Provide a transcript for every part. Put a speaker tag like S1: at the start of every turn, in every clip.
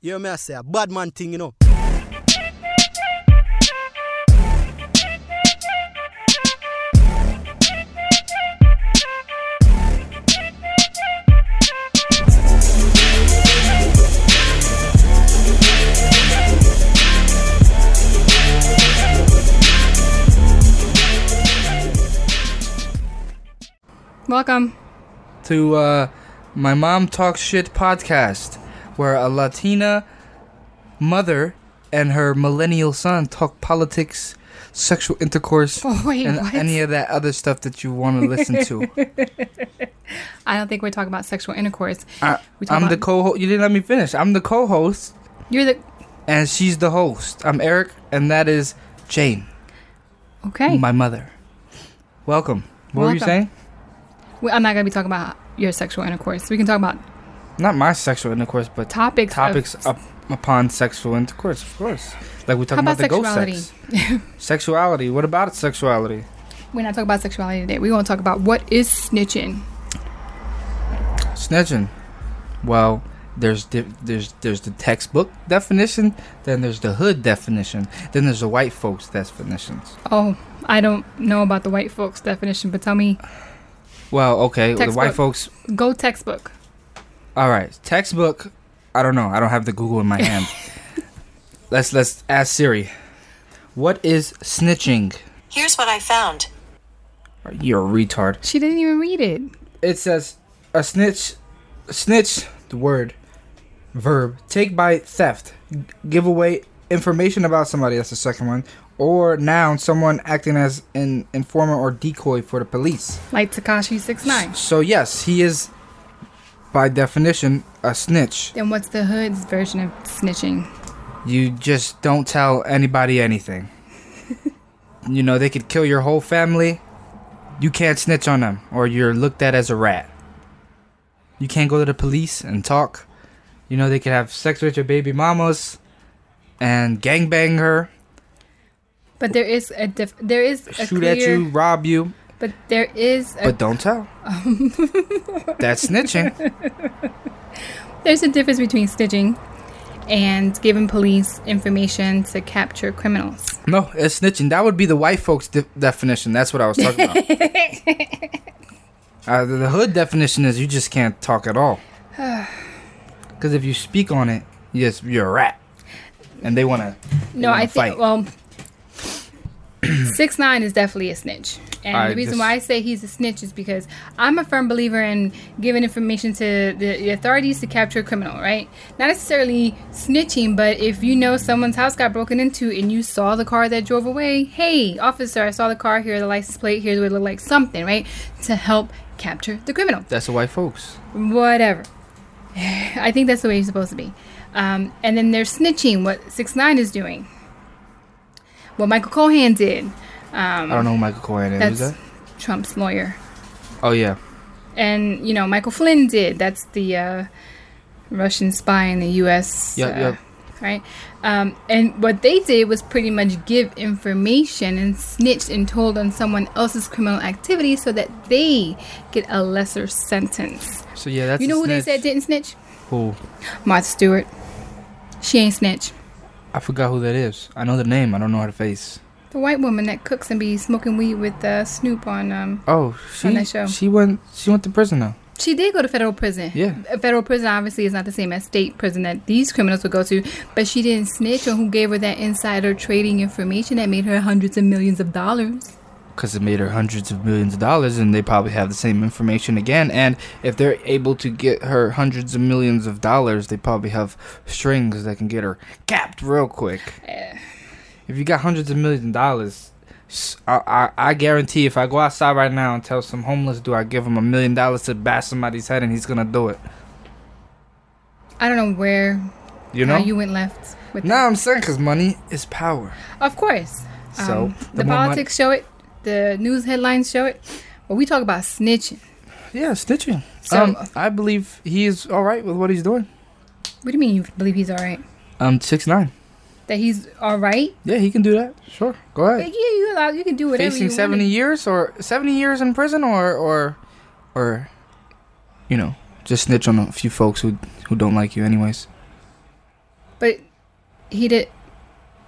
S1: You hear me I say a bad man thing, you know.
S2: Welcome.
S3: to uh, my mom talks shit podcast, where a Latina mother and her millennial son talk politics, sexual intercourse,
S2: Oh wait,
S3: and
S2: what?
S3: any of that other stuff that you want to listen to.
S2: I don't think we're talking about sexual intercourse.
S3: I,
S2: We talk
S3: I'm the
S2: about-
S3: co-host. You didn't let me finish. I'm the co-host,
S2: You're the
S3: and she's the host. I'm Eric, and that is Jane,
S2: okay.
S3: my mother. Welcome. What were you
S2: Welcome.
S3: saying?
S2: We- I'm not gonna be talking about your sexual intercourse. We can talk about
S3: Not my sexual intercourse, but
S2: topics. of-
S3: topics up upon sexual intercourse, of course. Like we talking
S2: How
S3: about,
S2: about
S3: the ghost sex. sexuality. What about sexuality?
S2: we're not talking about sexuality today. We're gonna talk about what is snitching.
S3: Snitching. Well, there's di- there's there's the textbook definition, then there's the hood definition, then there's the white folks definitions.
S2: Oh, I don't know about the white folks definition, but tell me,
S3: Well, okay, the
S2: Textbook.
S3: white folks.
S2: go textbook.
S3: All right, textbook. I don't know. I don't have the Google in my hand. let's let's ask Siri. What is snitching?
S4: Here's what I found.
S3: You're a retard.
S2: She didn't even read it.
S3: it says a snitch snitch the word verb take by theft g- give away information about somebody that's the second one or noun someone acting as an informer or decoy for the police
S2: Like Takashi six nine.
S3: so yes he is by definition a snitch
S2: Then what's the hood's version of snitching?
S3: you just don't tell anybody anything you know they could kill your whole family you can't snitch on them or you're looked at as a rat you can't go to the police and talk you know they could have sex with your baby mamas and gangbang her
S2: But there is a diff- there is a
S3: shoot
S2: clear,
S3: at you rob you
S2: but there is a
S3: but don't tell that's snitching
S2: There's a difference between stitching and giving police information to capture criminals.
S3: no it's snitching that would be the white folks de- definition that's what i was talking about uh, the- the hood definition is you just can't talk at all Because if you speak on it, yes, you're a rat, and they want to.
S2: No, I think
S3: fight.
S2: well, six nine is definitely a snitch, and
S3: I
S2: the reason
S3: just-
S2: why I say he's a snitch is because I'm a firm believer in giving information to the, the authorities to capture a criminal. Right? Not necessarily snitching, but if you know someone's house got broken into and you saw the car that drove away, hey, officer, I saw the car. Here's the license plate. Here's what it looked like. Something, right? To help capture the criminal.
S3: That's the white folks.
S2: whatever. I think that's the way you're supposed to be. Um, and then they're snitching what Six Nine is doing, what Michael Cohen did. Um,
S3: I don't know who Michael Cohen is. Who's
S2: that's
S3: that?
S2: Trump's lawyer,
S3: Oh yeah,
S2: and you know Michael Flynn did. That's the uh, Russian spy in the U.S.
S3: Yep,
S2: uh,
S3: yep.
S2: Right, um, and what they did was pretty much give information and snitched and told on someone else's criminal activity so that they get a lesser sentence.
S3: so yeah, that's.
S2: you
S3: a
S2: know who they
S3: snitch.
S2: said didn't snitch?
S3: Who?
S2: Martha Stewart. She ain't snitch.
S3: I forgot who that is. I know the name. I don't know her face.
S2: The white woman that cooks and be smoking weed with uh, Snoop on. Um,
S3: Oh, she.
S2: On that show.
S3: She went. She went to prison now.
S2: she did go to federal prison.
S3: Yeah.
S2: Uh, Federal prison obviously is not the same as state prison that these criminals would go to, but she didn't snitch on who gave her that insider trading information that made her hundreds of millions of dollars.
S3: Because it made her hundreds of millions of dollars, and they probably have the same information again. And if they're able to get her hundreds of millions of dollars, they probably have strings that can get her capped real quick.
S2: Eh.
S3: If you got hundreds of millions of dollars, s- I, I- I guarantee if I go outside right now and tell some homeless dude I give him a million dollars to bash somebody's head and he's gonna do it.
S2: I don't know where
S3: You know?
S2: how you went left with
S3: no, I'm saying because money is power.
S2: that. Of course.
S3: So,
S2: Um,
S3: the
S2: the,
S3: more mon-
S2: politics show it, the news headlines show it, but we talk about snitching.
S3: Yeah, snitching.
S2: So-
S3: um, I believe he is all right with what he's doing.
S2: What do you mean you believe he's all right?
S3: Um, six nine.
S2: That he's all right?
S3: Yeah, he can do that. Sure, go
S2: Like,
S3: ahead.
S2: yeah, you allowed. You can do whatever
S3: Facing
S2: you
S3: seventy
S2: want.
S3: years or seventy years in prison or or or, you know, just snitch on a few folks who who don't like you anyways.
S2: But he did.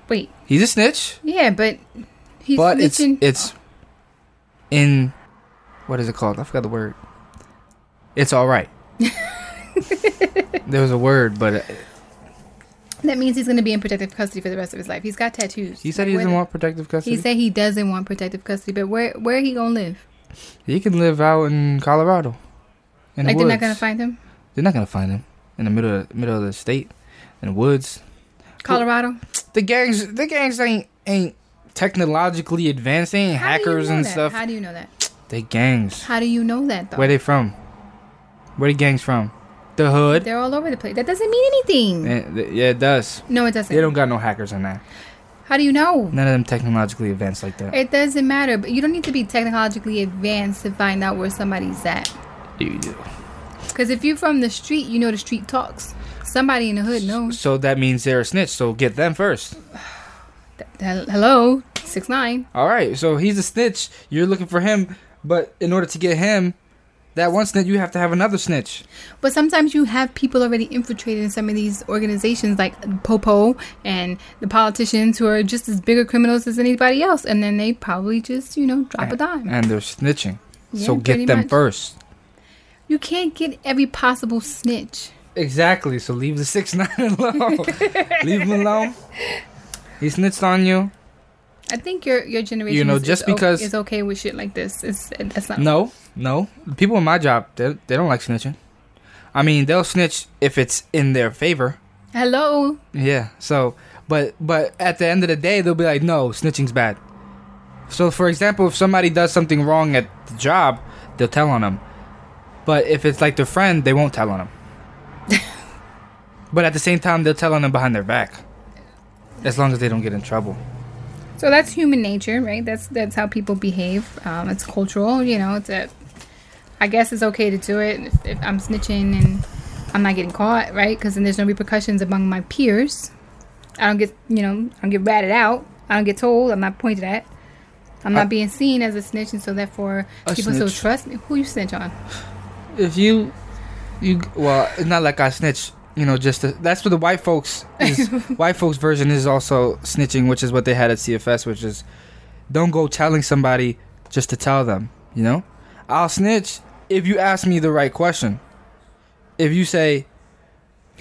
S2: Wait,
S3: He's a snitch,
S2: yeah, but he's
S3: but
S2: snitching.
S3: it's it's in what is it called? I forgot the word. It's all right. there was a word, but uh,
S2: that means he's going to be in protective custody for the rest of his life. He's got tattoos.
S3: he said he
S2: Where
S3: doesn't
S2: the-
S3: want protective custody.
S2: He
S3: He,
S2: said he doesn't want protective custody, but where where he gonna live?
S3: can live out in Colorado. In
S2: like
S3: the
S2: they're not
S3: woods.
S2: gonna find him.
S3: They're not gonna find him in the middle of, middle of the state, in the woods.
S2: Colorado.
S3: The gangs, the gangs ain't ain't technologically advanced. They ain't
S2: How do you
S3: hackers
S2: know
S3: and
S2: that?
S3: stuff.
S2: How do you know that?
S3: they gangs.
S2: How do you know that though?
S3: Where they from? Where the gangs from? The hood.
S2: They're all over the place. That doesn't mean anything.
S3: Eh, th- Yeah, it does.
S2: No, it doesn't.
S3: They don't got no hackers in that.
S2: How do you know?
S3: None of them technologically advanced like that.
S2: It doesn't matter. But you don't need to be technologically advanced to find out where somebody's at.
S3: You do.
S2: Because if you're from the street, you know the street talks. Somebody in the hood knows.
S3: So that means they're a snitch. So get them first.
S2: Th- th- hello, six nine.
S3: All right. So he's a snitch. You're looking for him, but in order to get him, that one snitch, you have to have another snitch.
S2: But sometimes you have people already infiltrated in some of these organizations, like Popo and the politicians, who are just as bigger criminals as anybody else, and then they probably just, you know, drop a dime.
S3: And they're snitching. so
S2: Yeah, pretty
S3: get them
S2: much.
S3: first.
S2: You can't get every possible snitch.
S3: Exactly. So leave the six nine alone. leave him alone. He snitched on you.
S2: I think your your generation,
S3: You know,
S2: is,
S3: just
S2: is o-
S3: because-
S2: is okay with shit like this. It's that's not.
S3: No, no. The People in my job, they, they don't like snitching. I mean, they'll snitch if it's in their favor.
S2: Hello,
S3: Yeah. So, but but at the end of the day, they'll be like, no, snitching's bad. So, for example, if somebody does something wrong at the job, they'll tell on them. But if it's like their friend, they won't tell on them. but at the same time, they'll tell on them behind their back, as long as they don't get in trouble.
S2: So that's human nature, right? That's that's how people behave. Um, it's cultural, you know. It's a, I guess it's okay to do it if, if I'm snitching and I'm not getting caught, right? Because then there's no repercussions among my peers. I don't get, you know, I don't get ratted out. I don't get told. I'm not pointed at. I'm not
S3: I-
S2: being seen as a snitch, and so therefore
S3: A
S2: people still
S3: snitch.
S2: trust me. Who you snitch on?
S3: if you you well it's not like i snitch you know just to, that's what the white folks is, white folks version is also snitching which is what they had at cfs which is don't go telling somebody just to tell them you know i'll snitch if you ask me the right question if you say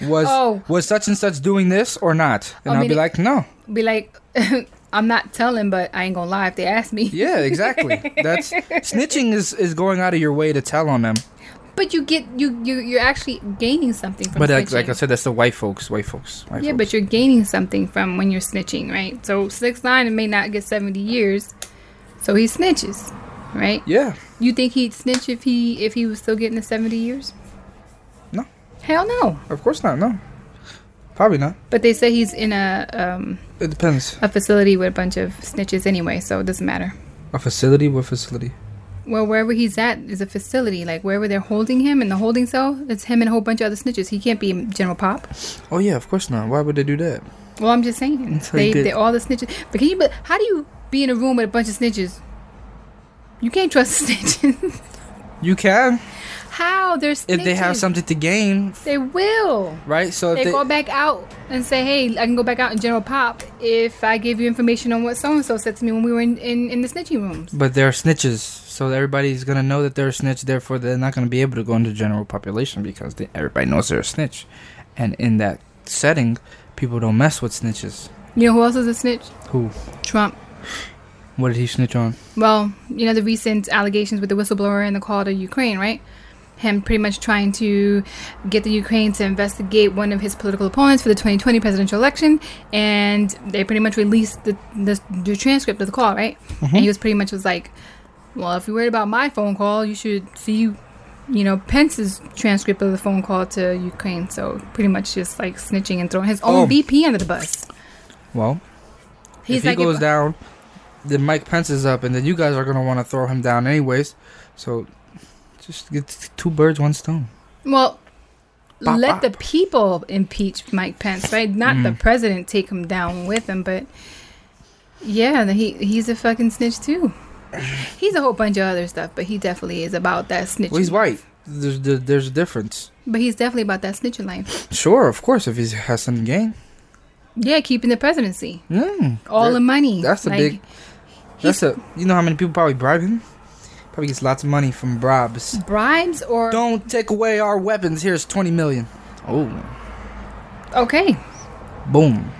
S3: was
S2: Oh.
S3: was such and such doing this or not and
S2: Oh,
S3: i'll be
S2: meaning-
S3: like no
S2: Be like, I'm not telling, but I ain't gonna lie if they ask me.
S3: yeah exactly that's snitching is is going out of your way to tell on them
S2: But you get you you you're actually gaining something from.
S3: but like,
S2: snitching.
S3: like i said that's the white folks white folks white
S2: Yeah,
S3: folks.
S2: but you're gaining something from when you're snitching, right? So six nine may not get seventy years, so he snitches, right?
S3: yeah
S2: You think he'd snitch if he if he was still getting the seventy years?
S3: No.
S2: Hell no.
S3: Of course not. No, probably not.
S2: But they say he's in a um,
S3: It depends.
S2: a facility with a bunch of snitches anyway, so it doesn't matter.
S3: A facility, what facility?
S2: Well, wherever he's at is a facility, like wherever they're holding him in the holding cell. It's him and a whole bunch of other snitches. He can't be General Pop.
S3: Oh yeah, of course not. Why would they do that?
S2: Well, I'm just saying
S3: That's how
S2: they
S3: you get-
S2: they all the snitches. But can you? But how do you be in a room with a bunch of snitches? You can't trust the snitches.
S3: You can
S2: how they're snitches?
S3: if they have something to gain,
S2: they will.
S3: right? So if
S2: They,
S3: they,
S2: go back out and say, "Hey, I can go back out in General Pop if I give you information on what so and so said to me when we were in, in, in the snitching rooms."
S3: but they're snitches, so everybody's gonna know that they're a snitch. Therefore, they're not gonna be able to go into general population because they, everybody knows they're a snitch, and in that setting, people don't mess with snitches.
S2: You know who else is a snitch?
S3: Who?
S2: Trump.
S3: What did he snitch on?
S2: Well, you know the recent allegations with the whistleblower and the call to Ukraine, right? Him pretty much trying to get the Ukraine to investigate one of his political opponents for the 2020 presidential election, and they pretty much released the the, the transcript of the call, right?
S3: Mm-hmm.
S2: And he was pretty much was like, "Well, if you're worried about my phone call, you should see, you know, Pence's transcript of the phone call to Ukraine." So pretty much just like snitching and throwing his own
S3: Oh.
S2: VP under the bus.
S3: Well,
S2: He's
S3: if he
S2: like,
S3: goes
S2: if-
S3: down, then Mike Pence is up, and then you guys are gonna want to throw him down anyways. So just get t- two birds, one stone.
S2: Well,
S3: Bop,
S2: let
S3: bop.
S2: the people impeach Mike Pence, right? Not the
S3: Mm.
S2: president take him down with him, but yeah, the- he he's a fucking snitch too. He's a whole bunch of other stuff, but he definitely is about that snitching.
S3: Well, he's white. There's there- there's a difference.
S2: but he's definitely about that snitching life.
S3: Sure, of course, if he has something to gain.
S2: Yeah, keeping the presidency.
S3: Mm,
S2: All
S3: that-
S2: the money.
S3: That's a
S2: Like,
S3: big. That's a. You know how many people probably bribe him? Probably gets lots of money from bribes.
S2: bribes or
S3: Don't take away our weapons. Here's twenty million. Oh,
S2: okay.
S3: boom.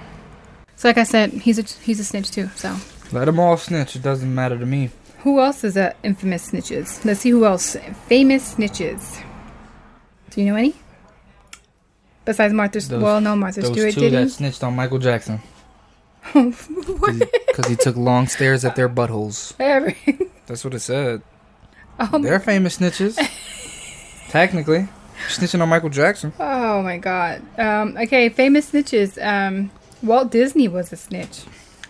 S2: So like I said, he's a he's a snitch too. So
S3: Let them all snitch. It doesn't matter to me.
S2: who else is a infamous snitches? Let's see who else famous snitches. Do you know any? Besides Martha,
S3: Those-
S2: well, no, Martha
S3: Those
S2: Stewart
S3: two
S2: did.
S3: that
S2: he?
S3: snitched on Michael Jackson
S2: what?
S3: because he took long stares at their buttholes.
S2: Whatever.
S3: That's what it said.
S2: Oh my,
S3: They're famous snitches. Technically, snitching on Michael Jackson.
S2: oh my God. Um, okay, famous snitches. Um, Walt Disney was a snitch.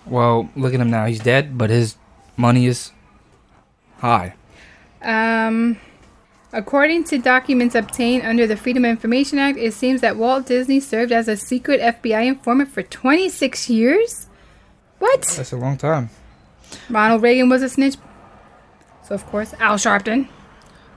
S3: Well, look at him now. He's dead, but his money is high.
S2: Um, according to documents obtained under the Freedom of Information Act, it seems that Walt Disney served as a secret FBI informant for 26 years. What?
S3: That's a long time.
S2: Ronald Reagan was a snitch. So of course, Al Sharpton.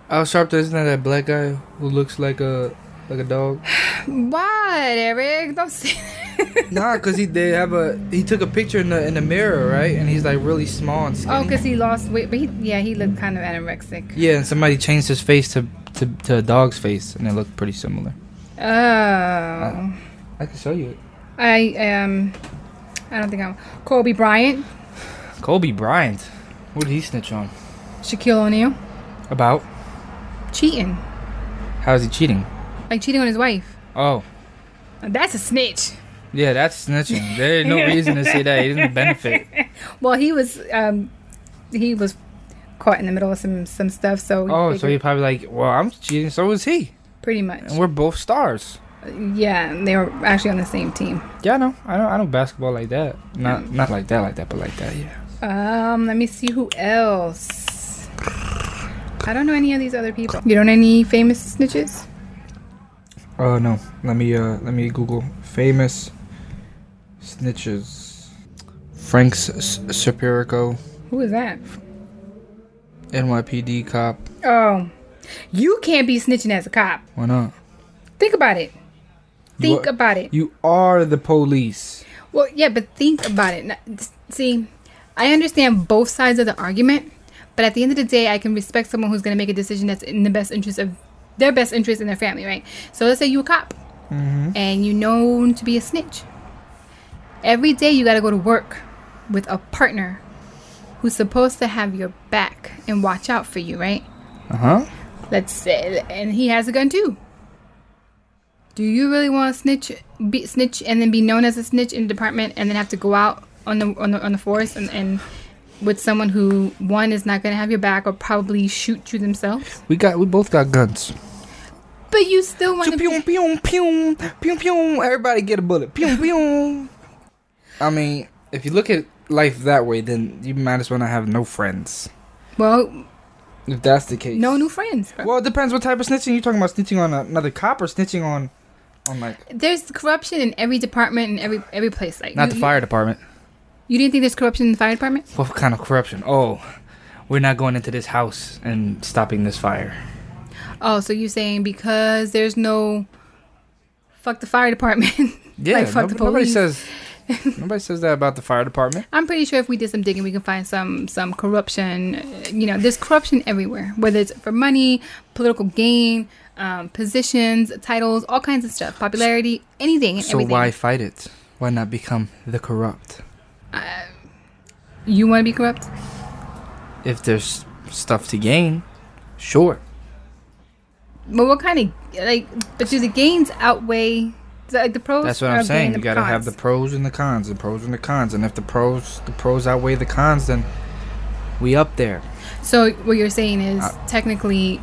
S3: Al Sharpton isn't that that black guy who looks like a like a dog?
S2: What, Eric? Don't say that.
S3: nah, cause he they have a he took a picture in the in the mirror right, and he's like really small and
S2: Oh,
S3: skinny.
S2: because he lost weight, but he, yeah, he looked kind of anorexic.
S3: Yeah, and somebody changed his face to, to to a dog's face, and it looked pretty similar.
S2: Oh,
S3: I can show you it.
S2: I um, I don't think I'm Kobe Bryant,
S3: Kobe Bryant. What did he snitch on?
S2: Shaquille O'Neal,
S3: About
S2: cheating,
S3: how is he cheating?
S2: like cheating on his wife.
S3: Oh,
S2: That's a snitch.
S3: yeah, that's snitching. There's no reason to say that. He didn't benefit.
S2: Well, he was um, he was caught in the middle of some some stuff. So we
S3: Oh, so he
S2: figured-
S3: probably like, well, I'm cheating. So is he,
S2: pretty much.
S3: and we're both stars.
S2: Yeah, and they were actually on the same team.
S3: Yeah, I know. I know. I know basketball like that. Not not like that, like that, but like that. Yeah.
S2: Um, let me see who else. I don't know any of these other people. You don't know any famous snitches?
S3: Oh no. Let me uh let me Google famous snitches. Frank Sapirico,
S2: Who is that?
S3: NYPD cop.
S2: Oh, you can't be snitching as a cop.
S3: Why not?
S2: Think about it.
S3: You
S2: Think
S3: are-
S2: about it.
S3: You are the police.
S2: Well, yeah, but think about it. Now, s- See, I understand both sides of the argument, but at the end of the day, I can respect someone who's going to make a decision that's in the best interest of their best interest in their family, right? So let's say you a cop and you known to be a snitch. Every day you got to go to work with a partner who's supposed to have your back and watch out for you, right?
S3: Uh huh.
S2: Let's say, and he has a gun too. Do you really want to snitch, be, snitch, and then be known as a snitch in the department, and then have to go out on the on the, on the forest and, and with someone who one is not going to have your back or probably shoot you themselves?
S3: We got we both got guns.
S2: But you still want to
S3: Pew
S2: be.
S3: pew pew pew pew. Everybody get a bullet. Pew pew. I mean, if you look at life that way, then you might as well not have no friends.
S2: Well,
S3: If that's the case.
S2: no new friends. bro.
S3: Well, it depends what type of snitching you're talking about. Snitching on another cop or snitching on, on like
S2: There's corruption in every department and every every place. Like
S3: not
S2: you,
S3: the fire department.
S2: You, you didn't think there's corruption in the fire department?
S3: What kind of corruption? Oh, we're not going into this house and stopping this fire.
S2: Oh, so you're saying because there's no fuck the fire department?
S3: Yeah,
S2: like fuck
S3: nob-
S2: the
S3: nobody
S2: police.
S3: says nobody says that about the fire department.
S2: I'm pretty sure if we did some digging, we can find some some corruption. Uh, You know, there's corruption everywhere, whether it's for money, political gain, um, positions, titles, all kinds of stuff, popularity, anything. and
S3: So
S2: everything.
S3: why fight it? Why not become the corrupt?
S2: you want to be corrupt?
S3: If there's stuff to gain, sure.
S2: But what kind of like? But do the gains outweigh the, like the pros?
S3: That's what I'm
S2: outweigh
S3: saying.
S2: the
S3: You gotta have the
S2: cons?
S3: pros and the cons, the pros and the cons, and if the pros the pros outweigh the cons, then we up there.
S2: So what you're saying is
S3: Uh,
S2: technically,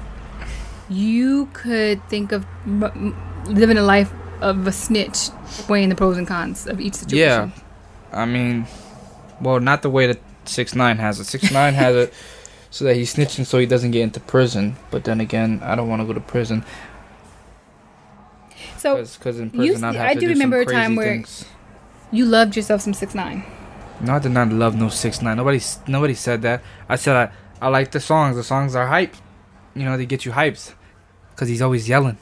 S2: you could think of m- m- living a life of a snitch, weighing the pros and cons of each situation.
S3: Yeah, I mean, well, not the way that six nine has it. Six nine has it so that he's snitching so he doesn't get into prison. But then again, I don't want to go to prison
S2: So
S3: because in
S2: You
S3: prison I'd
S2: s-
S3: have
S2: I
S3: to
S2: do
S3: do,
S2: remember a
S3: some crazy
S2: time where-
S3: things.
S2: you loved yourself some six nine.
S3: No, I did not love no six nine. Nobody s- nobody said that. I said I I like the songs. The songs are hype. You know they get you hyped because he's always yelling.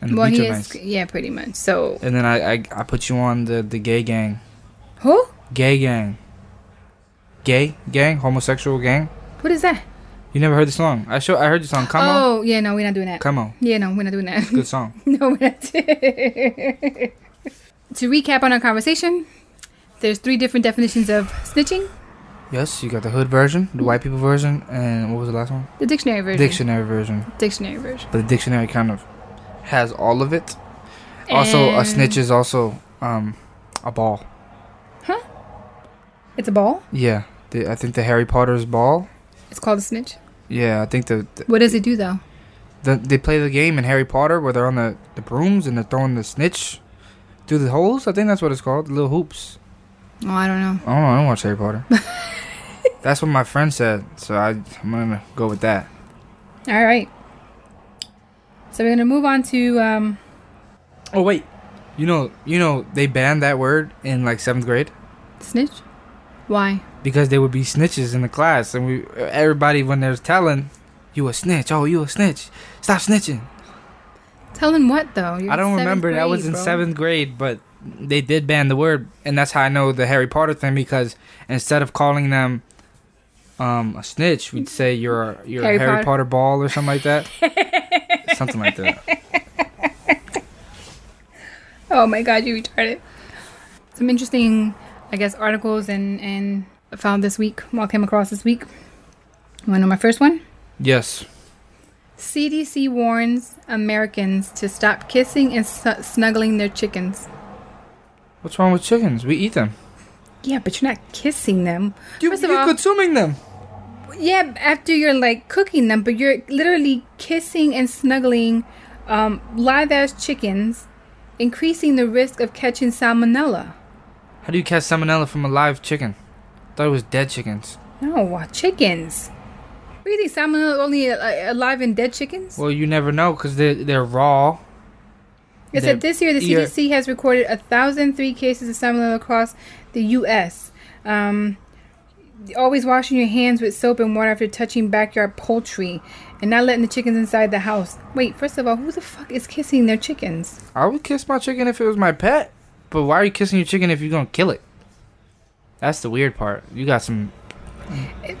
S3: and
S2: well,
S3: the
S2: he
S3: Bleacher
S2: is.
S3: Banks.
S2: Yeah, pretty much. So
S3: And then I, I I put you on the the gay gang,
S2: who?
S3: gay gang, gay gang, homosexual gang.
S2: What is that?
S3: You never heard the song? I show I heard the song. Come on,
S2: oh, yeah. No, we're not doing that.
S3: come on,
S2: Yeah, no, we're not doing that.
S3: good song.
S2: No, we're not. to recap on our conversation, there's three different definitions of snitching.
S3: Yes, you got the hood version, the white people version, and what was the last one?
S2: The dictionary version.
S3: Dictionary version.
S2: Dictionary version.
S3: But the dictionary kind of has all of it. Also, a
S2: And-
S3: snitch is also um, a ball.
S2: It's a ball.
S3: Yeah, the, I think the Harry Potter's ball.
S2: It's called a snitch.
S3: Yeah, I think the, the,
S2: What does it do though?
S3: the they play the game in Harry Potter where they're on the, the brooms and they're throwing the snitch through the holes. I think that's what it's called, little hoops.
S2: Oh, I don't know.
S3: I don't know. I don't watch Harry Potter. that's what my friend said, so I, I'm gonna go with that.
S2: All right. So we're gonna move on to um,
S3: Oh wait, you know, you know, they banned that word in like seventh grade.
S2: snitch. Why?
S3: because there would be snitches in the class, and we everybody when there's telling, you a snitch. Oh, you a snitch. Stop snitching.
S2: Telling what though? You're
S3: I
S2: in
S3: don't
S2: seventh
S3: remember. that
S2: grade,
S3: was in
S2: bro.
S3: seventh grade, but they did ban the word, and that's how I know the Harry Potter thing because instead of calling them um, a snitch, we'd say you're a, you're
S2: Harry
S3: a Harry
S2: Potter.
S3: Potter. ball or something like that. something like that.
S2: Oh my god, you retarded. Some interesting, I guess, articles and and I found this week. Well, came across this week. Want to know my first one?
S3: Yes.
S2: CDC warns Americans to stop kissing and s- snuggling their chickens.
S3: What's wrong with chickens? We eat them.
S2: Yeah, but you're not kissing them.
S3: You,
S2: First of
S3: you're
S2: all-
S3: consuming them.
S2: Yeah, after you're like cooking them, but you're literally kissing and snuggling um, live ass chickens, increasing the risk of catching salmonella.
S3: How do you catch salmonella from a live chicken? thought it was dead chickens.
S2: No, uh, chickens. What do you think? Salmonella only uh, alive in dead chickens?
S3: Well, you never know because they're, they're raw.
S2: It
S3: they're-
S2: said this year the
S3: you're-
S2: CDC has recorded 1,003 cases of salmonella across the U.S. Um, always washing your hands with soap and water after touching backyard poultry and not letting the chickens inside the house. Wait, first of all, who the fuck is kissing their chickens?
S3: I would kiss my chicken if it was my pet, but why are you kissing your chicken if you're gonna kill it? That's the weird part. You got some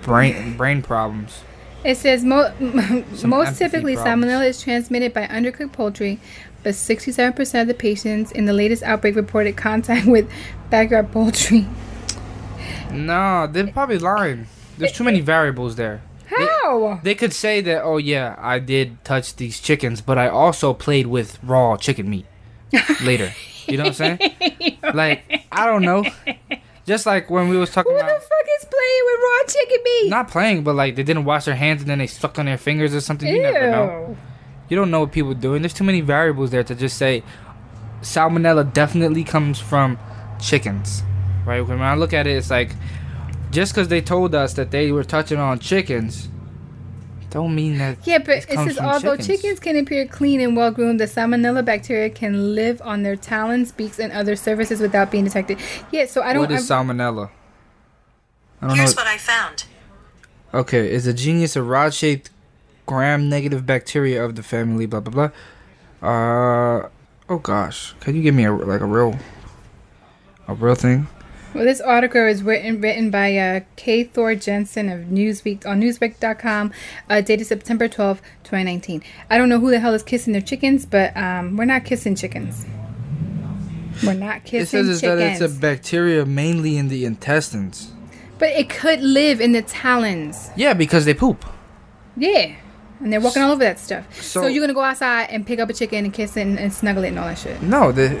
S3: brain brain problems.
S2: It says mo- most
S3: empathy
S2: typically
S3: problems.
S2: salmonella is transmitted by undercooked poultry, but 67% of the patients in the latest outbreak reported contact with backyard poultry.
S3: No, they're probably lying. There's too many variables there.
S2: How?
S3: They could say that, oh yeah, I did touch these chickens, but I also played with raw chicken meat later. You know what I'm saying? Like I don't know. Just like when we was talking
S2: Who the
S3: about
S2: fuck is playing with raw chicken meat?
S3: not playing, but like they didn't wash their hands and then they sucked on their fingers or something. You never know. you don't know what people doing. There's too many variables there to just say salmonella definitely comes from chickens, right? When I look at it, it's like just because they told us that they were touching on chickens, don't mean that.
S2: Yeah, but it,
S3: comes
S2: says
S3: from
S2: although chickens.
S3: chickens.
S2: can appear clean and well groomed, the salmonella bacteria can live on their talons, beaks, and other surfaces without being detected. Yeah, so I don't.
S3: What is
S2: I,
S3: salmonella? I don't
S4: Here's
S3: know.
S4: what I found.
S3: Okay, is a genius a rod-shaped gram-negative bacteria of the family? Blah blah blah. Uh, oh gosh, can you give me a like a real, a real thing?
S2: well, this article is written written by uh, K. Thor Jensen of Newsweek on Newsweek.com, uh, dated September 12, 2019. I don't know who the hell is kissing their chickens, but um, we're not kissing chickens. We're not kissing
S3: It says is that
S2: chickens.
S3: it's a bacteria mainly in the intestines.
S2: but it could live in the talons.
S3: Yeah, because they poop.
S2: Yeah. And they're walking all over that stuff. So,
S3: So-
S2: you're gonna go outside and pick up a chicken and kiss it and, and snuggle it and all that shit.
S3: No, the,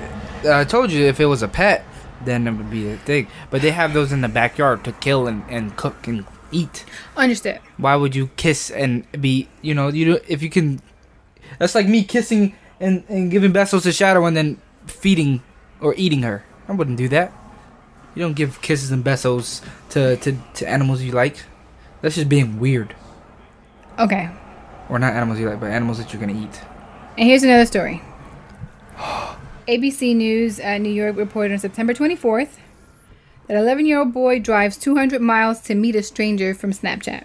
S3: I told you if it was a pet, then it would be a thing. But they have those in the backyard to kill and, and cook and eat.
S2: Understood.
S3: Why would you kiss and be you know you do- if you can? That's like me kissing and and giving Bessos to Shadow and then feeding or eating her. I wouldn't do that. You don't give kisses and Bessos to to, to animals you like. That's just being weird.
S2: Okay.
S3: Or not animals you like, but animals that you're gonna eat.
S2: And here's another story. ABC News uh, New York reported on September 24th that 11 year old boy drives 200 miles to meet a stranger from Snapchat.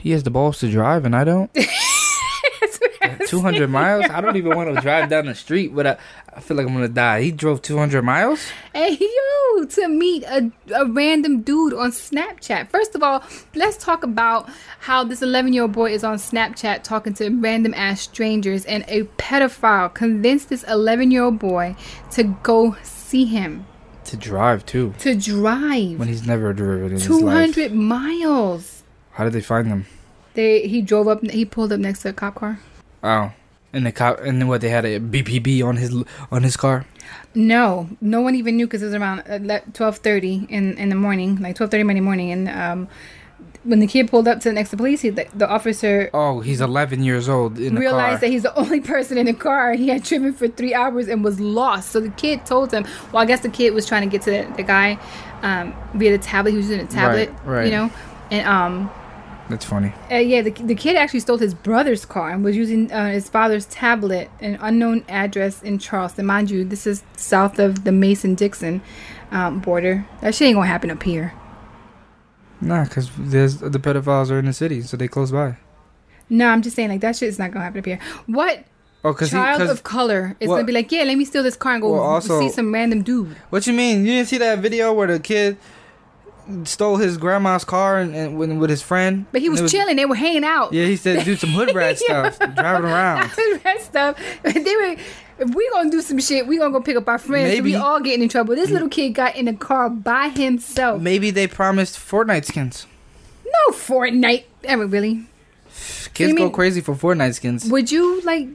S3: He has the balls to drive, and I don't.
S2: That's what I miles.
S3: 200 miles? I don't even want to drive down the street, but I, I feel like I'm gonna die. He drove 200 miles.
S2: Hey yo, to meet a, a random dude on Snapchat. First of all, let's talk about how this 11 year old boy is on Snapchat talking to random ass strangers, and a pedophile convinced this 11 year old boy to go see him
S3: To drive too,
S2: to drive
S3: when he's never driven in his life.
S2: 200 miles.
S3: How did they find him?
S2: They he drove up, he pulled up next to a cop car.
S3: Oh, and the cop, and then what? They had a BPB on his on his car.
S2: No, no one even knew because it was around uh, twelve thirty in in the morning, like twelve thirty Monday morning, and um, when the kid pulled up to the next to police, he, the, the officer
S3: Oh, he's 11 years old in the
S2: realized
S3: car.
S2: that he's the only person in the car. He had driven for three hours and was lost. So the kid told him. Well, I guess the kid was trying to get to the, the guy um, via the tablet. He was using a tablet,
S3: right.
S2: you know, and um,
S3: That's funny.
S2: uh, yeah, the, the kid actually stole his brother's car and was using uh, his father's tablet, an unknown address in Charleston. Mind you, this is south of the Mason Dixon um, border. That shit ain't gonna happen up here.
S3: Nah, cause there's the pedophiles are in the city, so they close by.
S2: No, I'm just saying, like, that shit is not gonna happen up here. What
S3: Oh, cause, he,
S2: child
S3: 'cause-
S2: of color is
S3: Well-
S2: gonna be like, yeah, let me steal this car and go
S3: Well, also-
S2: see some random dude?
S3: what you mean? You didn't see that video where the kid stole his grandma's car and, and with, with his friend?
S2: But he
S3: And
S2: was,
S3: it
S2: chilling, they were hanging out.
S3: Yeah, he said do some hood rat stuff, driving around.
S2: That stuff. They were, if we gonna do some shit, we gonna go pick up our friends. so
S3: Maybe-
S2: we all getting in trouble. This little kid got in the car by himself.
S3: Maybe they promised Fortnite skins.
S2: No Fortnite. Ever really?
S3: Kids
S2: You
S3: go
S2: mean-
S3: crazy for Fortnite skins.
S2: Would you like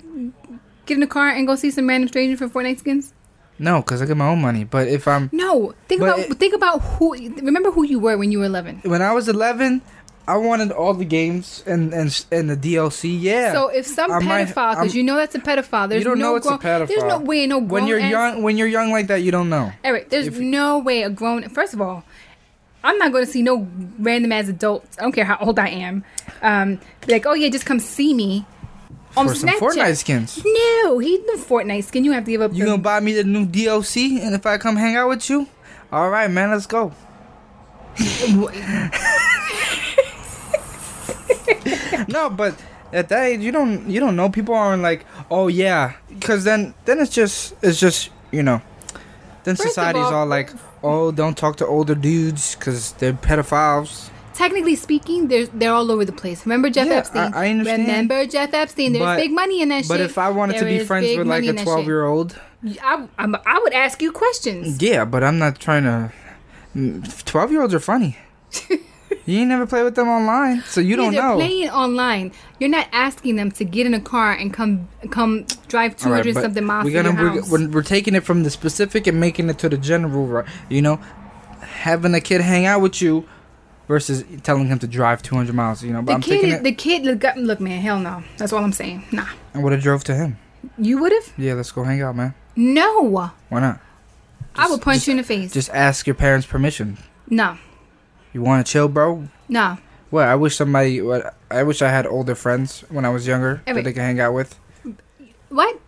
S2: get in the car and go see some random stranger for Fortnite skins?
S3: No, cause I get my own money. But if I'm
S2: No. Think
S3: But
S2: about
S3: it-
S2: think about who. Remember who you were when you were eleven.
S3: when I was 11, I wanted all the games and and and the DLC. Yeah.
S2: So if some
S3: I might-
S2: pedophile,
S3: I'm-
S2: because you know that's a pedophile. There's
S3: you don't
S2: no
S3: know it's
S2: grown,
S3: a pedophile.
S2: There's no way no grown.
S3: when you're
S2: ass-
S3: young when you're young like that, you don't know.
S2: Eric, there's
S3: if-
S2: no way a grown. First of all, I'm not going to see no random ass adult. I don't care how old I am. Um, be like, oh yeah, just come see me on
S3: for some
S2: Snapchat.
S3: Fortnite skins.
S2: No, he no Fortnite skin. You have to give up.
S3: You
S2: the-
S3: gonna buy me the new DLC, and if I come hang out with you, all right, man, let's go. no, but at that age, you don't you don't know. People aren't like, oh yeah, because then then it's just it's just you know, then
S2: First of
S3: society's
S2: all-
S3: all like, oh, don't talk to older dudes because they're pedophiles.
S2: technically speaking, they're they're all over the place. Remember Jeff
S3: Yeah,
S2: Epstein?
S3: I- I understand.
S2: Remember Jeff Epstein? There's
S3: But-
S2: big money in that shit.
S3: But if I wanted to
S2: There
S3: be
S2: is
S3: friends
S2: big
S3: with like
S2: money
S3: a
S2: in that shit.
S3: twelve year old,
S2: I, I'm, I would ask you questions.
S3: Yeah, but I'm not trying to. Twelve year olds are funny. you ain't never play with them online, so you don't
S2: they're
S3: know.
S2: playing online. You're not asking them to get in a car and come come drive
S3: All right,
S2: 200
S3: but
S2: something miles.
S3: we're
S2: to
S3: gonna
S2: your
S3: we're,
S2: house.
S3: we're, we're taking it from the specific and making it to the general. right? You know, having a kid hang out with you versus telling him to drive 200 miles. You know, but
S2: The
S3: I'm
S2: kid,
S3: taking it.
S2: the kid, look, up- look, man, hell no. That's all I'm saying. Nah,
S3: I would have drove to him.
S2: you would have?
S3: Yeah, let's go hang out, man.
S2: No,
S3: Why not?
S2: I would punch
S3: just-
S2: you in the face.
S3: Just ask your parents' permission.
S2: no,
S3: You want to chill, bro?
S2: no.
S3: Well, I wish somebody. What I wish I had older friends when I was younger
S2: Hey,
S3: that
S2: wait.
S3: they could hang out with.
S2: What?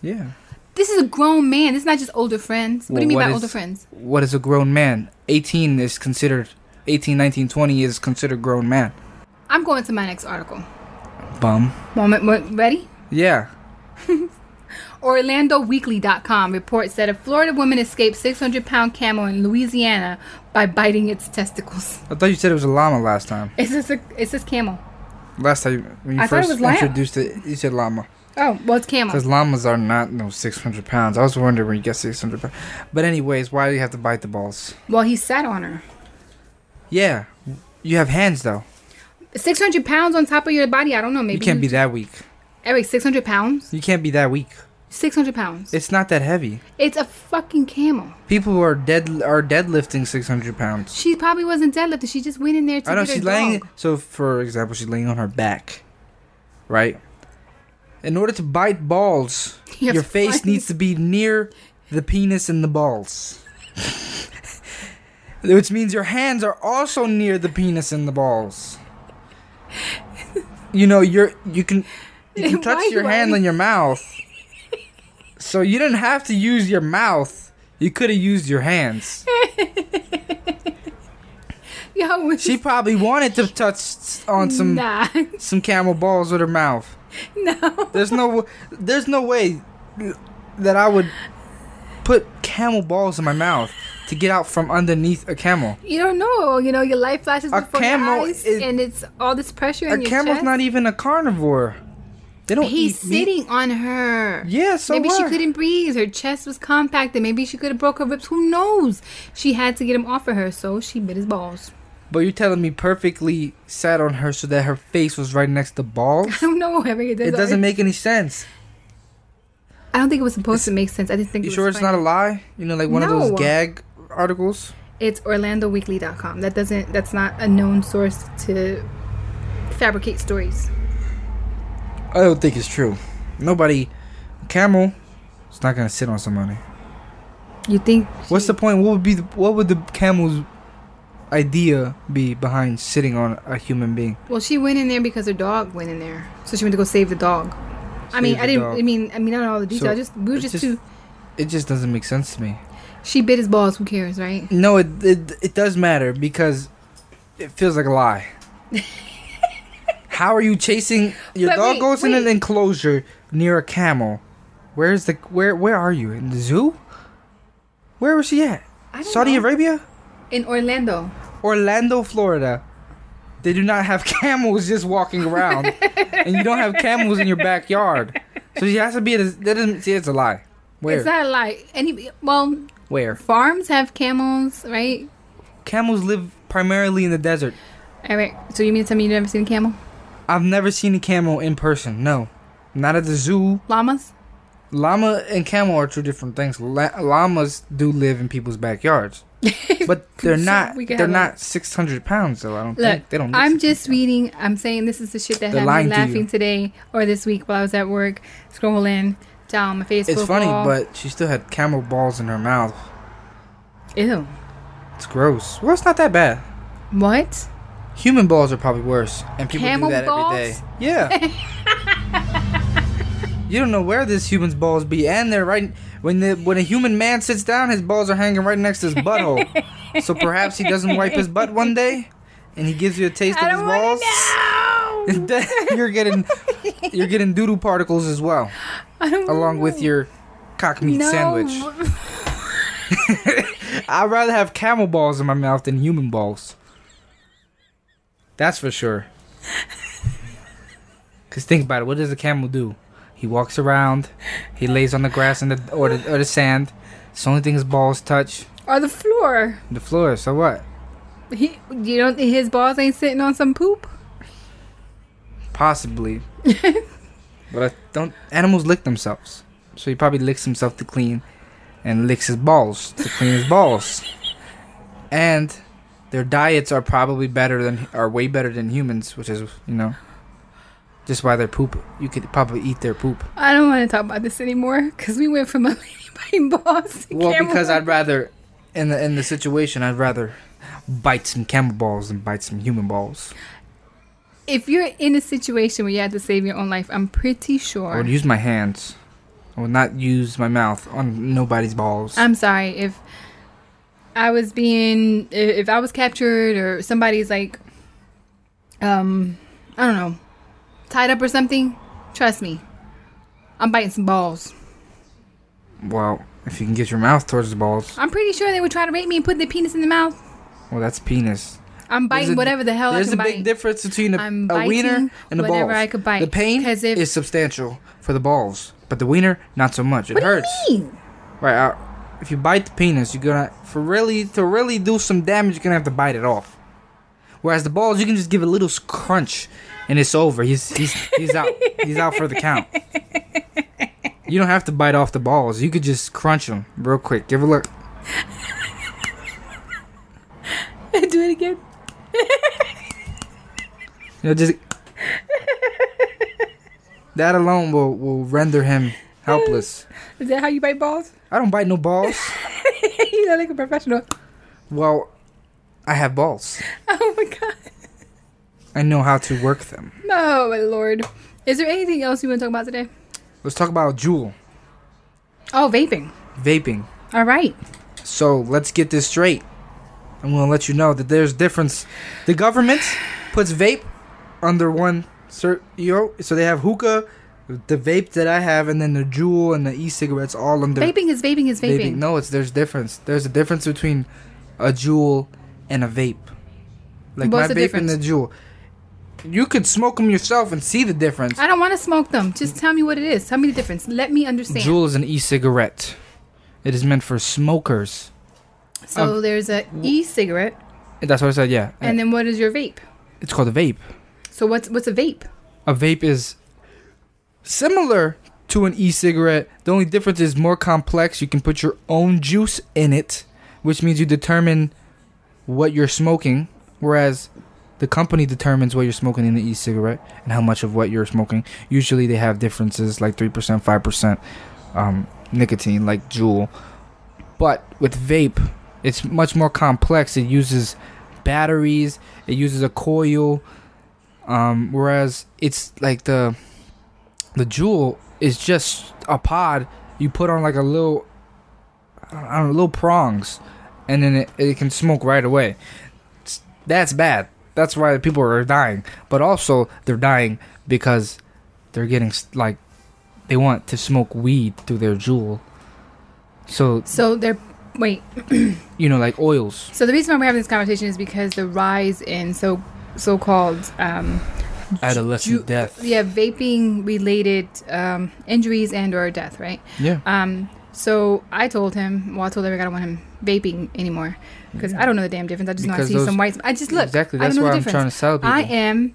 S3: Yeah.
S2: This is a grown man. This is not just older friends. What do
S3: Well,
S2: you mean
S3: what
S2: by
S3: is-
S2: older friends?
S3: what is a grown man 18 is considered 18 19 20 is considered grown man
S2: I'm going to my next article.
S3: bum
S2: Moment, mo- ready?
S3: yeah
S2: OrlandoWeekly.com reports that a Florida woman escaped 600 pound camel in Louisiana by biting its testicles.
S3: i thought you said it was a llama last time
S2: It's this, a, it's this camel.
S3: last time you- when you
S2: I thought it
S3: first
S2: was llama.
S3: introduced it you said llama
S2: Oh, well, it's camel.
S3: because llamas are not no 600 pounds i was wondering when you get 600 pounds but anyways why do you have to bite the balls
S2: Well, he sat on her.
S3: yeah you have hands though
S2: 600 pounds on top of your body? I don't know. Maybe.
S3: you can't be that weak
S2: Eric, 600 pounds?
S3: you can't be that weak
S2: 600 pounds.
S3: it's not that heavy
S2: It's a fucking camel.
S3: people who are dead are deadlifting 600 pounds
S2: She probably wasn't deadlifting. She just went in there to
S3: I know
S2: get her
S3: she's laying.
S2: dog.
S3: So, for example, she's laying on her back, right? In order to bite balls,
S2: You have
S3: your
S2: to
S3: face
S2: find-
S3: needs to be near the penis and the balls, which means your hands are also near the penis and the balls. You know, you're you can you can touch
S2: Why do
S3: your
S2: I-
S3: hand on your mouth, so you didn't have to use your mouth. You could have used your hands.
S2: Yo,
S3: She probably wanted to touch on some
S2: nah.
S3: some camel balls with her mouth.
S2: No.
S3: There's no there's no way that I would put camel balls in my mouth to get out from underneath a camel.
S2: You don't know. You know, your life flashes
S3: A
S2: before
S3: camel
S2: your eyes,
S3: is-
S2: and it's all this pressure
S3: A
S2: in your
S3: camel's
S2: chest.
S3: not even a carnivore. They don't
S2: He's
S3: eat meat.
S2: sitting on her.
S3: Yeah, so
S2: maybe she
S3: what?
S2: couldn't breathe. Her chest was compacted. Maybe she could have broke her ribs. Who knows? She had to get him off of her, so she bit his balls.
S3: But you're telling me perfectly sat on her so that her face was right next to balls?
S2: I don't know. I mean, it,
S3: it doesn't make any sense.
S2: I don't think it was supposed to make sense. I just think
S3: You
S2: it
S3: sure
S2: was
S3: it's not a
S2: funny.
S3: lie? You know, like one of
S2: No.
S3: those gag articles?
S2: It's OrlandoWeekly.com. That doesn't. That's not a known source to fabricate stories.
S3: I don't think it's true. Nobody, camel, it's not gonna sit on somebody.
S2: You think?
S3: What's the point? What would be the, what would the camel's idea be behind sitting on a human being?
S2: Well, she went in there because her dog went in there, so she went to go save the dog. I
S3: Save
S2: mean, I
S3: the
S2: didn't.
S3: dog.
S2: I mean, I mean, I don't know all the details.
S3: So,
S2: I just we were
S3: it
S2: just,
S3: just-
S2: too.
S3: It just doesn't make sense to me.
S2: She bit his balls. Who cares, right?
S3: No, it it, it does matter because it feels like a lie. How are you chasing your
S2: But
S3: dog
S2: wait,
S3: goes in an
S2: wait.
S3: enclosure near a camel? Where's the where where are you in the zoo? Where was she at?
S2: I don't
S3: Saudi
S2: know.
S3: Arabia?
S2: In Orlando,
S3: Orlando, Florida. They do not have camels just walking around, and you don't have camels in your backyard. So she has to be. At a, that doesn't see. It's a lie. Where?
S2: it's not like any. Well,
S3: Where?
S2: farms have camels, right?
S3: Camels live primarily in the desert.
S2: All right. So you mean to tell me you've never seen a camel?
S3: I've never seen a camel in person. No, not at the zoo.
S2: Llamas?
S3: Llama and camel are two different things. La- llamas do live in people's backyards, but they're
S2: So
S3: not.
S2: we could
S3: They're
S2: have a-
S3: not six hundred pounds though. I don't
S2: Look,
S3: think they don't.
S2: I'm just reading. I'm saying this is the shit that
S3: They're
S2: had
S3: lying
S2: me
S3: to you.
S2: laughing today or this week while I was at work scrolling down my Facebook.
S3: It's funny,
S2: wall.
S3: but she still had camel balls in her mouth.
S2: ew.
S3: It's gross. Well, it's not that bad.
S2: What?
S3: Human balls are probably worse, and people
S2: Camel
S3: do that
S2: balls?
S3: every day. Yeah. you don't know where this human's balls be, and they're right when the when a human man sits down, his balls are hanging right next to his butthole. so perhaps he doesn't wipe his butt one day, and he gives you a taste
S2: I
S3: of
S2: don't want
S3: his balls.
S2: to know.
S3: Then you're getting you're getting doodle particles as well,
S2: I don't wanna
S3: along
S2: know.
S3: with your cock meat
S2: no.
S3: sandwich. I'd rather have camel balls in my mouth than human balls. That's for sure. Cause think about it. What does a camel do? He walks around. He lays on the grass and the or the, or the sand. It's the only thing his balls touch
S2: Or the floor.
S3: the floor. So what?
S2: He, you don't think his balls ain't sitting on some poop?
S3: Possibly. but I don't. Animals lick themselves. So he probably licks himself to clean, and licks his balls to clean his balls. And their diets are probably better than are way better than humans, which is you know. Just why their poop. You could probably eat their poop.
S2: I don't want to talk about this anymore because we went from a lady biting balls. To
S3: Well,
S2: camel
S3: because I'd
S2: balls.
S3: rather, in the in the situation, I'd rather bite some camel balls than bite some human balls.
S2: if you're in a situation where you have to save your own life, I'm pretty
S3: I
S2: sure.
S3: would use my hands. I would not use my mouth on nobody's balls.
S2: I'm sorry if I was being i- if I was captured or somebody's like, um, I don't know, tied up or something. Trust me, I'm biting some balls.
S3: Well, if you can get your mouth towards the balls,
S2: I'm pretty sure they would try to rape me and put their penis in the mouth.
S3: well, that's penis.
S2: I'm
S3: There's
S2: biting
S3: a-
S2: whatever the hell I
S3: There's
S2: can
S3: a
S2: bite.
S3: big difference between a,
S2: I'm
S3: a wiener
S2: biting
S3: and a
S2: whatever
S3: balls.
S2: I could bite,
S3: The pain
S2: 'cause if-
S3: is substantial for the balls, but the wiener not so much. It
S2: what
S3: hurts.
S2: do you mean?
S3: Right. Uh, if you bite the penis, you're gonna for really to really do some damage. You're gonna have to bite it off. Whereas the balls, you can just give a little s- crunch, and it's over. He's he's he's out. he's out for the count. You don't have to bite off the balls. You could just crunch them real quick. Give a look.
S2: do it again.
S3: You know, just that alone will will render him helpless.
S2: Is that how you bite balls?
S3: I don't bite no balls.
S2: you know, like a professional.
S3: Well, I have balls.
S2: Oh my god.
S3: I know how to work them.
S2: Oh my lord. Is there anything else you want to talk about today?
S3: Let's talk about Juul
S2: Oh, vaping.
S3: vaping.
S2: All right.
S3: So let's get this straight. I'm gonna let you know that there's difference. The government puts vape under one Sir, you know, so they have hookah, the vape that I have, and then the jewel and the e-cigarettes all under
S2: Vaping is vaping is vaping.
S3: No, it's there's difference. There's a difference between a jewel and a vape. Like
S2: What's the
S3: my vape and
S2: difference?
S3: the jewel. You could smoke them yourself and see the difference.
S2: I don't want to smoke them. Just tell me what it is. Tell me the difference. Let me understand.
S3: Jewel is an e-cigarette. It is meant for smokers.
S2: so there's a e-cigarette,
S3: That's what I said. um, Yeah,
S2: and then what is your vape?
S3: it's called a vape.
S2: So what's what's a vape?
S3: A vape is similar to an e-cigarette. The only difference is more complex. You can put your own juice in it, which means you determine what you're smoking, whereas the company determines what you're smoking in the e-cigarette and how much of what you're smoking. Usually they have differences like 3%, 5% um, nicotine like Juul. But with vape, it's much more complex. It uses batteries, it uses a coil, um, whereas it's like the the jewel is just a pod you put on like a little I don't know, little prongs, and then it, it can smoke right away. It's- that's bad. That's why people are dying. But also they're dying because they're getting s- like they want to smoke weed through their jewel. So
S2: So they're wait.
S3: you know, like oils.
S2: So the reason why we're having this conversation is because the rise in so so-called um,
S3: Adolescent
S2: ju-
S3: death.
S2: yeah vaping related um, injuries and or death, right?
S3: Yeah.
S2: Um, so I told him, well, I told him I don't want him vaping anymore because I don't know the damn difference. I just know I
S3: Because
S2: see
S3: those-
S2: some white. I just look.
S3: exactly.
S2: I don't
S3: That's
S2: know
S3: why
S2: the
S3: I'm
S2: difference.
S3: trying to sell people.
S2: I am.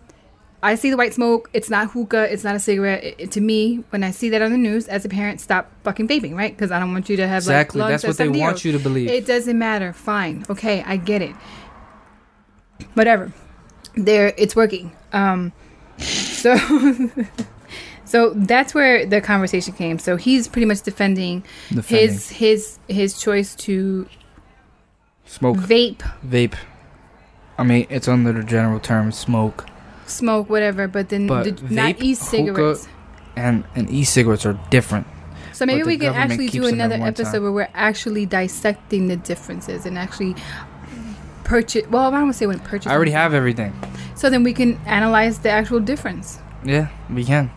S2: I see the white smoke. It's not hookah. It's not a cigarette. It, it- to me, when I see that on the news, as a parent, stop fucking vaping, right? Because I don't want you to have
S3: exactly.
S2: Like, lungs
S3: That's
S2: at
S3: what they
S2: 70 years.
S3: want you to believe.
S2: It doesn't matter. Fine. Okay, I get it. Whatever. There, it's working. Um, so, so that's where the conversation came. So he's pretty much defending
S3: Defending.
S2: his his his choice to
S3: smoke
S2: vape,
S3: vape. I mean, it's under the general term smoke,
S2: smoke, whatever, but then
S3: But
S2: the, not
S3: vape,
S2: e-cigarettes.
S3: and and e-cigarettes are different.
S2: So maybe
S3: the
S2: we can
S3: government
S2: actually do
S3: keeps them at
S2: another
S3: one
S2: episode
S3: time.
S2: where we're actually dissecting the differences and actually purchase. Well, I don't want to say when purchase.
S3: I already have everything.
S2: So then we can analyze the actual difference.
S3: Yeah, we can.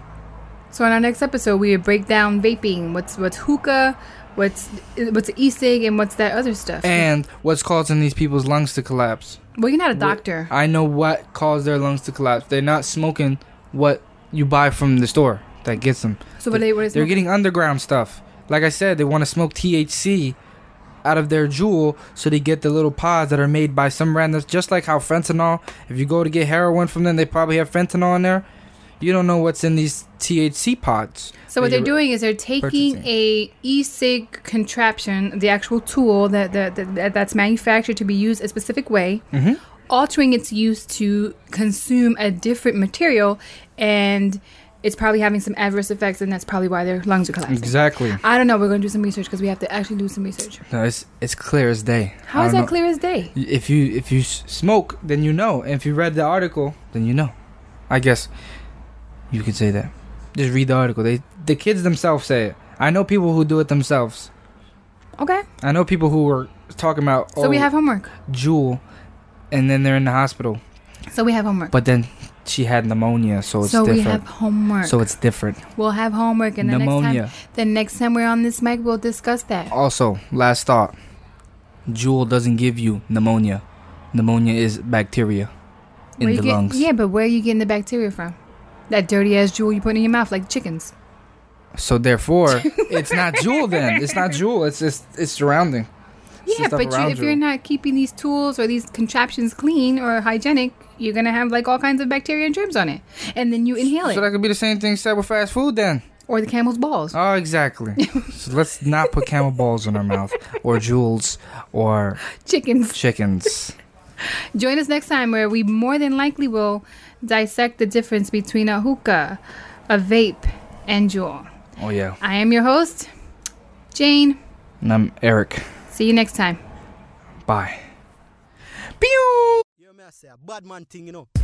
S2: So in our next episode, we would break down vaping. What's what's hookah, what's what's e-cig, and what's that other stuff.
S3: And what's causing these people's lungs to collapse?
S2: well, you're not a doctor.
S3: I know what caused their lungs to collapse. They're not smoking what you buy from the store that gets them.
S2: so what, they, what is
S3: They're getting underground stuff. Like I said, they want to smoke THC out of their jewel, so they get the little pods that are made by some randoms. Just like how fentanyl, if you go to get heroin from them, they probably have fentanyl in there. You don't know what's in these THC pods.
S2: So what they're
S3: You're-
S2: doing is they're taking
S3: purchasing.
S2: a e-cig contraption, the actual tool that, that, that that's manufactured to be used a specific way,
S3: Mm-hmm.
S2: altering its use to consume a different material, and it's probably having some adverse effects, and that's probably why their lungs are collapsing.
S3: Exactly.
S2: I don't know. We're going to do some research because we have to actually do some research.
S3: No, it's it's clear as day.
S2: How
S3: I
S2: is
S3: don't
S2: that
S3: know.
S2: clear as day?
S3: If you if you s- smoke, then you know. And if you read the article, then you know. I guess you could say that. Just read the article. They the kids themselves say it. I know people who do it themselves.
S2: Okay,
S3: I know people who were talking about oh,
S2: so we have homework.
S3: Jewel, and then they're in the hospital.
S2: So we have homework.
S3: But then she had pneumonia, so it's
S2: so we have
S3: different.
S2: homework.
S3: so it's different.
S2: we'll have homework, and the next
S3: pneumonia.
S2: time, the next time we're on this mic, we'll discuss that.
S3: Also, last thought: Jewel doesn't give you pneumonia. Pneumonia is bacteria in
S2: Where you
S3: the
S2: get-
S3: lungs.
S2: Yeah, but where are you getting the bacteria from? That dirty ass jewel you put in your mouth like chickens.
S3: So therefore, it's not Jewel. Then it's not Jewel. It's just it's surrounding. It's the
S2: yeah,
S3: stuff
S2: but you,
S3: around
S2: if you're not keeping these tools or these contraptions clean or hygienic, you're gonna have like all kinds of bacteria and germs on it, and then you inhale
S3: So that
S2: it
S3: could be the same thing said with fast food. Then
S2: or the camel's balls.
S3: oh, exactly. so let's not put camel balls in our mouth or jewels or
S2: Chickens.
S3: chickens.
S2: Join us next time where we more than likely will dissect the difference between a hookah, a vape, and jewel.
S3: Oh yeah.
S2: I am your host, Jane.
S3: And I'm Eric.
S2: See you next time.
S3: Bye. Pew!
S1: You hear me? I say a bad man thing, you know.